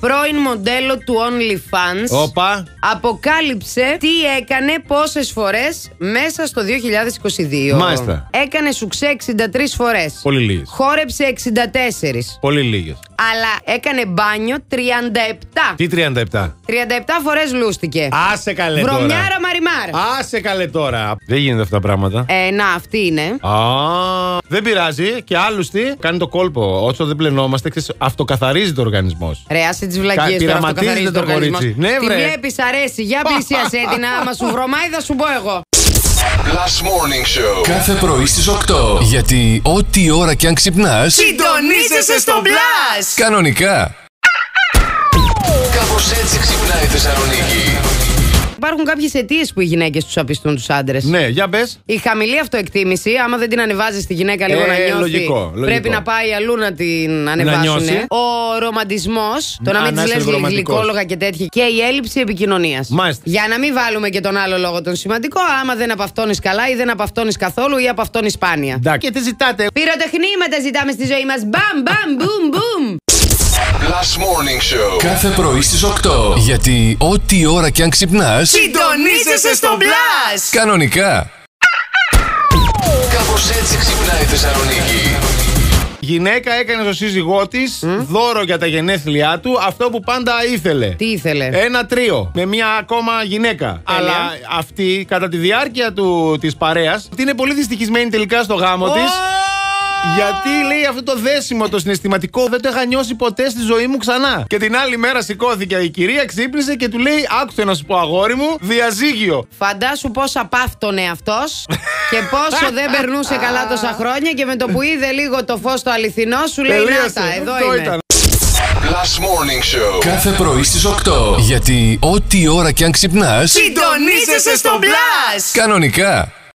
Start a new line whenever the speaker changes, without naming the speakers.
πρώην μοντέλο του OnlyFans
Όπα.
αποκάλυψε τι έκανε πόσες φορές μέσα στο 2022.
Μάλιστα.
Έκανε σουξέ 63 φορές.
Πολύ λίγες.
Χόρεψε 64.
Πολύ λίγες.
Αλλά έκανε μπάνιο 37.
Τι 37.
37 φορές λούστηκε.
Άσε καλέ
Βρωμιάρα
τώρα.
μαριμάρ.
Άσε καλέ τώρα. Δεν γίνεται αυτά τα πράγματα.
Ε, να, αυτή είναι.
Α, δεν πειράζει. Και άλλωστε κάνει το κόλπο. Όσο δεν πλενόμαστε, ξέρεις, αυτοκαθαρίζει το οργανισμός.
Ρε, άσε τις βλακίες
Κα-
τώρα,
πειραματίζεται
αυτοκαθαρίζει
το
οργανισμός.
κορίτσι. Ναι,
Τη
βρε.
βλέπεις, αρέσει. Για πλησίασέ την. Άμα σου βρωμάει, θα σου πω εγώ.
Last Morning Show.
Κάθε πρωί στις 8. Γιατί ό,τι ώρα κι αν ξυπνάς,
Συντονίζεσαι στο μπλα!
κανονικά.
Κάπως έτσι ξυπνάει η Θεσσαλονίκη.
Υπάρχουν κάποιες αιτίες που οι γυναίκες τους απιστούν τους άντρες.
Ναι, για πες.
Η χαμηλή αυτοεκτίμηση, άμα δεν την ανεβάζεις τη γυναίκα λίγο
Ε,
να νιώθει.
λογικό, λογικό.
Πρέπει να πάει αλλού να την ανεβάσουν.
νιώσει.
Ο ρομαντισμός, το να μην τη
Ανάσε
λες
λίγο ρομαντικός.
γλυκόλογα και τέτοια. Και η έλλειψη επικοινωνίας.
Μάλιστα.
Για να μην βάλουμε και τον άλλο λόγο τον σημαντικό, άμα δεν απαυτώνεις καλά ή δεν απαυτώνεις καθόλου ή απαυτώνεις σπάνια.
Και τι ζητάτε.
Πυροτεχνήματα ζητάμε στη ζωή μας. Μπαμ, μπαμ, μπουμ, μπουμ.
Last Morning Show.
Κάθε πρωί στις 8. Γιατί ό,τι ώρα κι αν ξυπνάς,
Συντονίζεσαι στο μπλα!
κανονικά.
Κάπως έτσι ξυπνάει η Θεσσαλονίκη.
Γυναίκα έκανε στο σύζυγό της δώρο για τα γενέθλιά του αυτό που πάντα ήθελε.
Τι ήθελε.
Ένα τρίο με μία ακόμα γυναίκα.
Τέλεια.
Αλλά αυτή κατά τη διάρκεια του, της παρέας αυτή είναι πολύ δυστυχισμένη τελικά στο γάμο της γιατί λέει αυτό το δέσιμο το συναισθηματικό δεν το είχα νιώσει ποτέ στη ζωή μου ξανά. Και την άλλη μέρα σηκώθηκε η κυρία, ξύπνησε και του λέει: Άκουσε να σου πω, αγόρι μου, διαζύγιο.
Φαντάσου πόσα πάφτωνε αυτός και πόσο δεν περνούσε καλά τόσα χρόνια και με το που είδε λίγο το φως το αληθινό σου λέει Να
Τελείωσε.
τα, εδώ
Αυτό
είμαι.
ήταν.
Last Morning Show.
Κάθε πρωί στις 8. Γιατί ό,τι ώρα κι αν ξυπνάς,
Συντονίζεσαι στο μπλα!
κανονικά.